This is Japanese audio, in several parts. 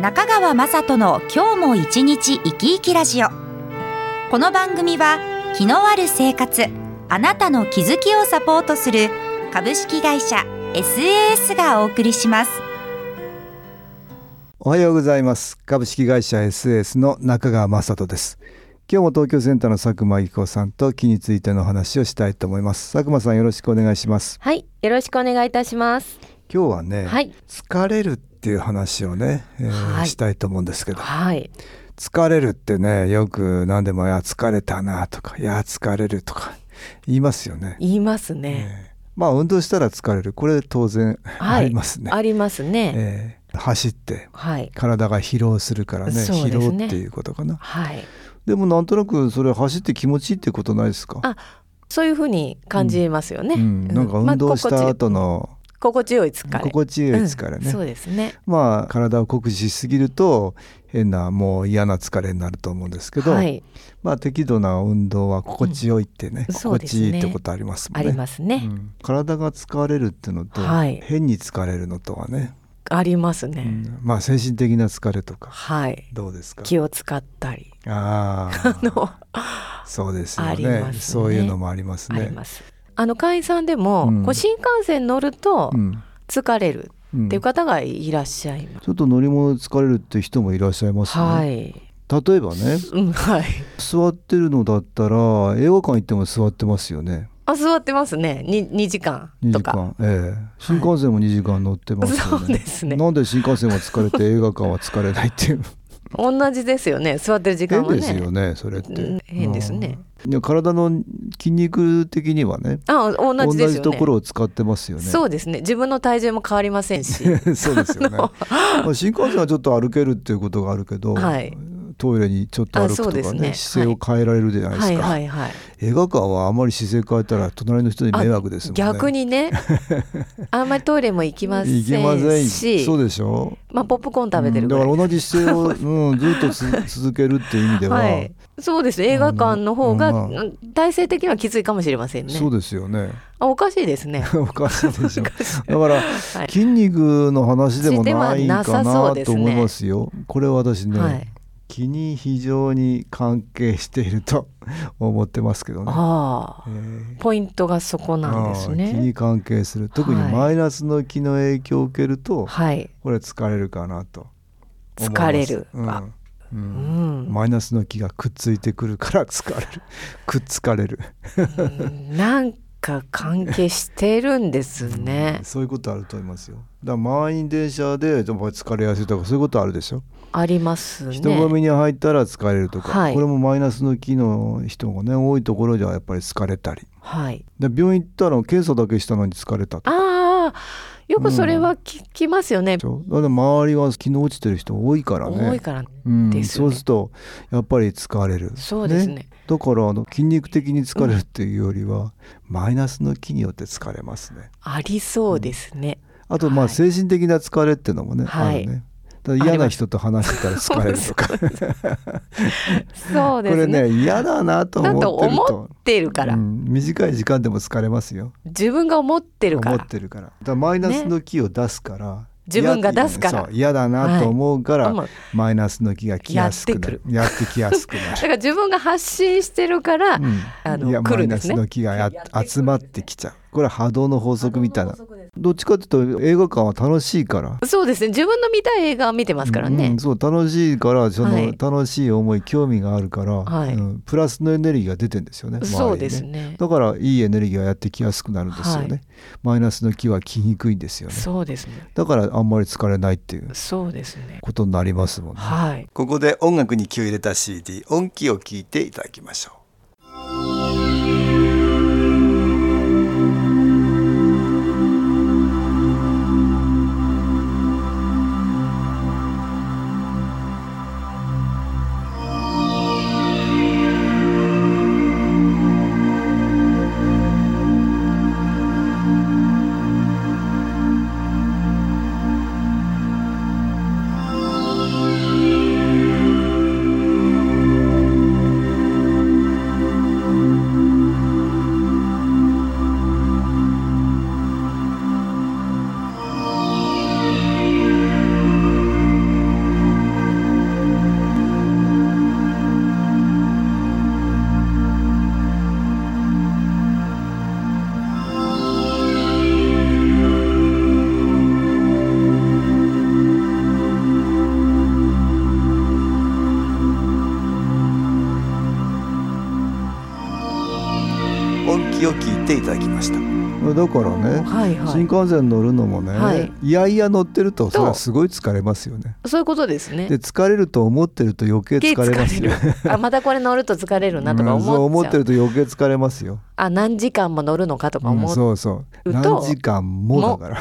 中川雅人の今日も一日生き生きラジオこの番組は気のある生活あなたの気づきをサポートする株式会社 SAS がお送りしますおはようございます株式会社 SS の中川雅人です今日も東京センターの佐久間紀子さんと気についての話をしたいと思います佐久間さんよろしくお願いしますはい、よろしくお願いいたします。今日はね、はい、疲れるっていう話をね、えーはいしたいと思うんですけどはい、疲れるってねよく何でも「いや疲れたな」とか「いや疲れる」とか言いますよね。言いますね。えーまあ運動したら疲れるこれ当然はあい、りますね。ありますね。えー走ってはい、体が疲労するからねそうです疲ね労っていうことかな。はい、でもなんとなくそれ走って気持ちいいってことないですか、あ、そういうふうに感じますよね。うん、うなんか運動しまたあ後の心地よい疲れ。心地よい疲れうんね、そうですね。まあ体を酷使しすぎると変なもう嫌な疲れになると思うんですけど、はい、まあ適度な運動は心地よいってね、うんそ心うです地いねいってことありますもあんね。りますね。うん体が疲れるってのと、はい変に疲れるのとはね、ありますね。うんまあ精神的な疲れとかはい、どうですか気を使ったり。あ あの、あそうですよありねますねそういうのもありますあね。ります。あの会員さんでも、うんこう新幹線乗るとうん疲れるうんっていう方がいらっしゃいます。ちょっと乗り物で疲れるって人もいらっしゃいますね。はい、例えばね、うん、はい。座ってるのだったら映画館行っても座ってますよね。あ、座ってますね。に、二時間2と時か。間、ええ、新幹線も2時間乗ってますよそうね。ですね。なんで新幹線は疲れて映画館は疲れないっていう同じですよね。座ってる 時間変はね。ですよねそれってうん変ですね。うんいや体の筋肉的にはねあ、同じですよね。ところを使ってますよねそうですね。自分の体重も変わりませんし。う そうですよね、まあ、新幹線はちょっと歩けるっていうことがあるけど、はいトイレにちょっと歩くとあそうでかすねね姿勢を変えられるじゃないですはか、いはいはい。映画館はあまり姿勢変えたら隣の人に迷惑ですもんね逆 にね、あんまりトイレも行きませんいけませんし、そうでしょまあポップコーン食べてるうんだぐらかい。ら同じ姿勢を、うん、ずっと つ続けるっていう意味では、はい。そうです。映画館の方があのうん体勢的にはきついかもしれませんね。そうですよ ねあ、おかしいですね。 おかしいでしょだから、い筋肉の話でもないかしてはなさそうなでとすね思いますよこれは私ね、はい。気に非常に関係していると 思ってますけどね、あえあ、ーポイントがそこなんであすー気にね。関係する特にはいマイナスの気の影響を受けると、はい。これは疲れるかなと思います疲れるうんあううんん。マイナスの気がくっついてくるから 疲れるくっつかれる、。なんか関係してるんですねそういうことあると思いますよだから満員電車ででも疲れやすいとかそういうことあるでしょ、ありますね。人混みに入ったら疲れるとか、はいこれもマイナスの気の人がね多いところではやっぱり疲れたりはい。で病院行ったら検査だけしたのに疲れたとああ、よくそれは聞きますよねでし。ょだから周りは気の落ちてる人多いからね多いから。うんですよそうねするとやっぱり疲れるそうですねだからあの筋肉的に疲れるっていうよりは、マイナスの気によって疲れますねありそうですね。あとまあはい精神的な疲れっていうのもね、はいあるねだから嫌な人と話してたら疲れるとか、そうこですれね。ね嫌だなと思だってとると思ってるから、うん短い時間でも疲れますよ自分が思ってるか思らっ、てるからだからマイナスの気を出すから、自分が出すからそう嫌だなと思うから、はいマイナスの気が来やすくなるやってきやすくなだるから自分が発信してるから、うんあいのや来マるイんでナすスね。の気がや集まってきちゃうこれは波動の法則みたいなどっちかっていうと映画館は楽しいからそうですね。自分の見たい映画を見てますからうねん。そう楽しいからその、はい楽しい思い興味があるから、はいうんプラスのエネルギーが出てんですよねそうです周りにね。だからいいエネルギーがやってきやすくなるんですよね、はいマイナスの気は来にくいんですよねそうですね。だからあんまり疲れないっていうそうですね。ことになりますもんねはい。ここで音楽に気を入れた CD 音気を聞いていただきましょうていただきましただからねはいは新い。幹線乗るのもね、はいい、やいや乗ってるととそれはすごい疲れますよねそういうことですね。で疲れると思ってると余計疲れますよ余あまたこれ乗ると疲れるなとかうんそう思思っっちゃてう。ると余計疲れますよ、あ何時間も乗るのかとかうん思う。そうそうう何と時間もだか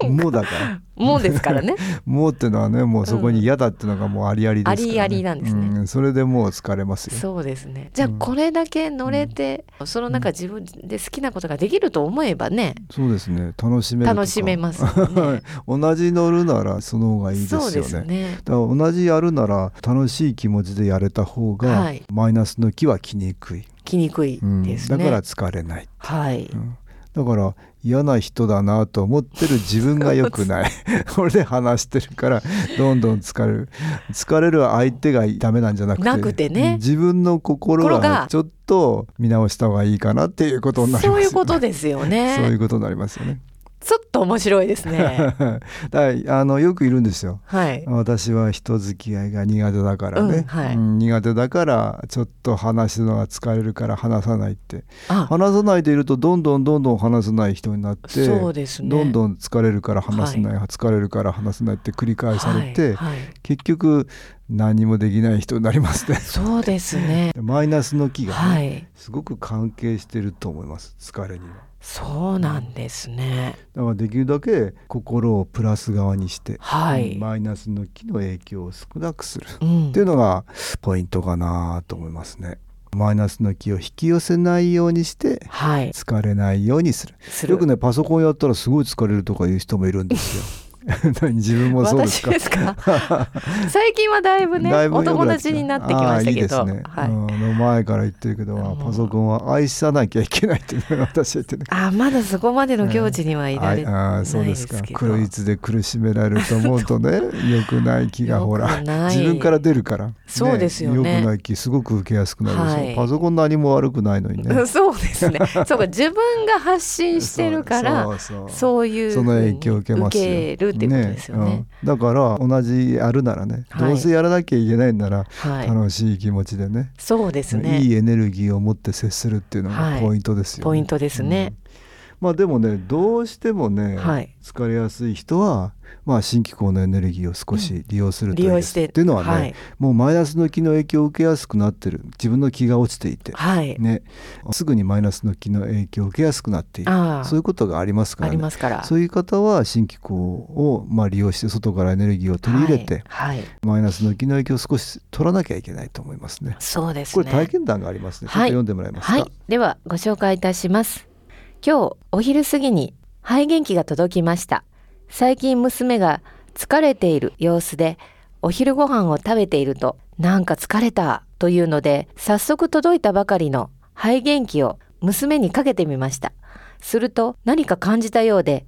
ら もうだからもうで すからね。もうっていうのはねもうそこに嫌だっていうのがもうありありですから、ねありありなんですねうんそれでもう疲れますよそうですね。じゃあうんこれだけ乗れて、その中自分で好きなことができると思えばね、そうですね楽しめるとか楽しめますもんね。同じ乗るならその 方がいいですよそうでねすね。だから同じやるなら楽しい気持ちでやれた方が、はいマイナスの気は来にくい、来にくいうんですね。だから疲れない、はい。うんだから嫌な人だなと思って る自分が良くないこれで話してるからどんどん疲れる疲れる相手がダメなんじゃなくてなくてね自分の心心ががちょっと見直した方がいいかなっていうことになりますそういうことでですよそういうね。ことになりますよねちょっと面白いですだ ね。からあのよくいるんですよはい。私は人付き合いが苦手だからね、うんはいん苦手だからちょっと話すのが疲れるから話さないってあ、話さないでいるとどんどんどんどん話せない人になって、そうですね。どんんどん疲れるから話せない、疲れるから話せないって繰り返されて、はいはい結局何もできない人になりますね。そうですねマイナスの気がね、はい。すごく関係してると思います疲れには。そうなんですね。だからできるだけ心をプラス側にして、はい。マイナスの気の影響を少なくする。うんっていうのがポイントかなと思いますね。マイナスの気を引き寄せないようにしてはい。疲れないようにする。するよくねパソコンやったらすごい疲れるとかいう人もいるんですよ。 何自分もそうです私か。ですか 最近はだいぶ ねだいぶお良く友な達になってきましたけどあーいいですね。はいうんの前から言ってるけど、もうパソコンは愛さなきゃいけないっていうのが私は言ってる。あーまだそこまでの境地にはいられあないあですそうですかけど黒いつで苦しめられると思うと ね良くない気がほ良らくない自分から出るから、そうですよね良くない気すごく受けやすくなるでしょ、はいパソコン何も悪くないのにねそうですね そうか自分が発信してるからそそううそういうその影響を受けますよ受けるっていうことですよねうんだから同じやるならね、はいどうせやらなきゃいけないならはい楽しい気持ちでね、そうですねいいエネルギーを持って接するっていうのがはいポイントですよね、ポイントですね、まあでもねどうしてもね、はい疲れやすい人は、まあ、新機構のエネルギーを少し利用するとい利い用でしす、てっていうのはね、はいもうマイナスの気の影響を受けやすくなってる自分の気が落ちていて、はい、ね、すぐにマイナスの気の影響を受けやすくなっているああそういうことがありますかあらりねますからそういう方は新機構をまあ利用して外からエネルギーを取り入れて、はい、はいマイナスの気の影響を少し取らなきゃいけないと思いますね。そうですこねれ体験談がありますね。ちょっとはい読んでもらえますか。はい、ではご紹介いたします。今日お昼過ぎに肺元気が届きました。最近娘が疲れている様子でお昼ご飯を食べているとなんか疲れたというので早速届いたばかりの肺元気を娘にかけてみました。すると何か感じたようで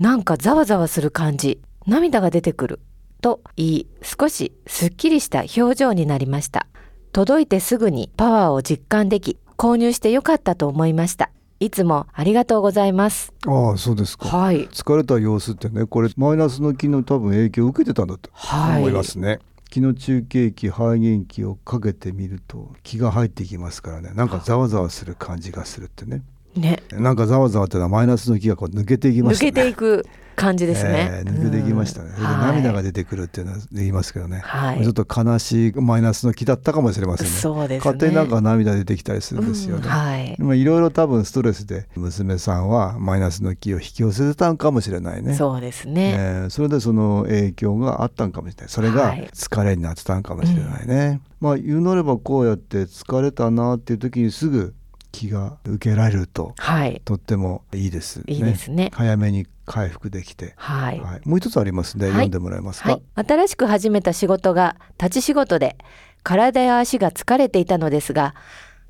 なんかざわざわする感じ涙が出てくると言い少しすっきりした表情になりました。届いてすぐにパワーを実感でき購入してよかったと思いましたいつもありがとうございますああ、そうですか。はい疲れた様子ってね、これマイナスの気の多分影響を受けてたんだとはい思いますね。気の中継器、肺元気をかけてみると気が入ってきますからね。なんかざわざわする感じがするってね。ねなんかざわざわってのはマイナスの気がこう抜けていきま抜したね。けていく感じですね、えー抜けていきましたね。うんそれで涙が出てくるっていうのは言いますけどね。はい、ちょっと悲しいマイナスの気だったかもしれませんね。そうですね勝手になんか涙出てきたりするんですよね。うんはいまあいろいろ多分ストレスで娘さんはマイナスの気を引き寄せてたんかもしれないね。そうですねえーそれでその影響があったんかもしれないそれがはい疲れになってたんかもしれないね、まあ言うなればこうやって疲れたなっていう時にすぐ気が受けられるとはいとってもいいですねいいですね早めに回復できて、はい、はいもう一つありますね、はい読んでもらえますか、はい、新しく始めた仕事が立ち仕事で体や足が疲れていたのですが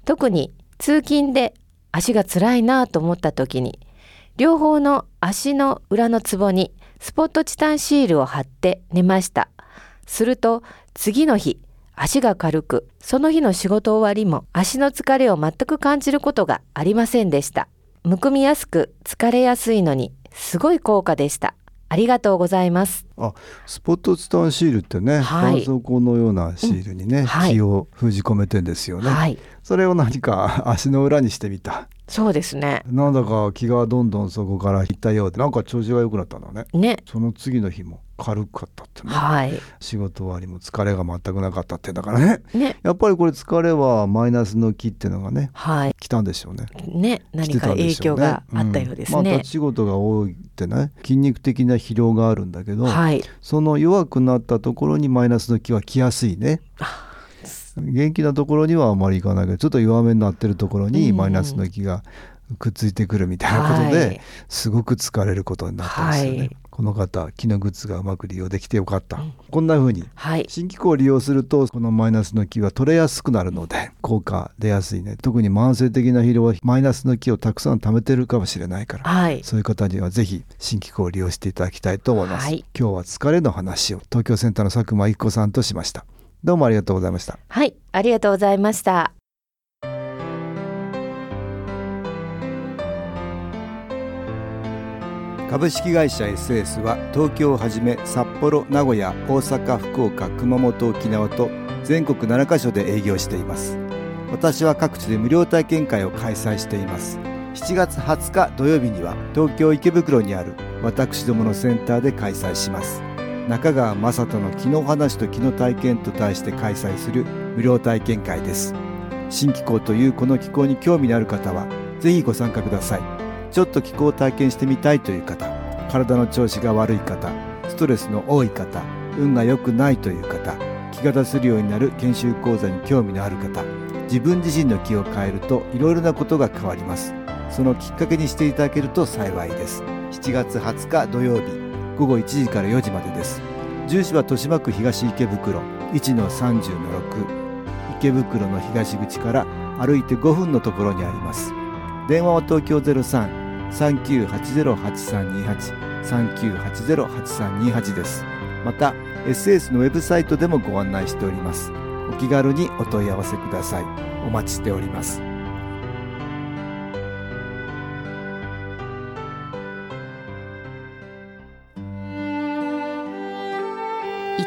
特に通勤で足が辛いなぁと思った時に両方の足の裏のツボにスポットチタンシールを貼って寝ましたすると次の日足が軽くその日の仕事終わりも足の疲れを全く感じることがありませんでしたむくみやすく疲れやすいのにすごい効果でしたありがとうございますあスポットチタンシールってね、はい絆創膏のようなシールにね、んはい気を封じ込めてんですよね、はい それを何か足の裏にしてみたそうですねなんだか気がどんどんそこからいったようでなんか調子が良くなったんだねねその次の日も軽かったってねはい仕事終わりも疲れが全くなかったってだからねねやっぱりこれ疲れはマイナスの気っていうのがねはい来たんでしょうねね何か影響があったようですんまあ、ね立ち仕事が多いってね筋肉的な疲労があるんだけど、はいその弱くなったところにマイナスの気は来やすいねあ元気なところにはあまりいかないけどちょっと弱めになってるところにうんマイナスの気がくっついてくるみたいなことで、はいすごく疲れることになったんですよね、はいこの方気のグッズがうまく利用できてよかった、こんな風にはい新機構を利用するとこのマイナスの気は取れやすくなるので効果出やすいね特に慢性的な疲労はマイナスの気をたくさん貯めてるかもしれないからはいそういう方にはぜひ新機構を利用していただきたいと思います、はい今日は疲れの話を東京センターの佐久間一子さんとしましたどうもありがとうございましたはいありがとうございました株式会社 SS は東京をはじめ札幌名古屋大阪福岡熊本沖縄と全国7カ所で営業しています私は各地で無料体験会を開催しています7月20日土曜日には東京池袋にある私どものセンターで開催します中川雅人の気の話と気の体験と題して開催する無料体験会です新機構というこの機構に興味のある方はぜひご参加くださいちょっと気候を体験してみたいという方体の調子が悪い方ストレスの多い方運が良くないという方気が出せるようになる研修講座に興味のある方自分自身の気を変えるといろいろなことが変わりますそのきっかけにしていただけると幸いです7月20日土曜日午後1時から4時までです住所は豊島区東池袋1-30-6池袋の東口から歩いて5分のところにあります電話は東京ゼロ三三九八ゼロ八三二八三九八ゼロ八三二八です。また SS のウェブサイトでもご案内しております。お気軽にお問い合わせください。お待ちしております。い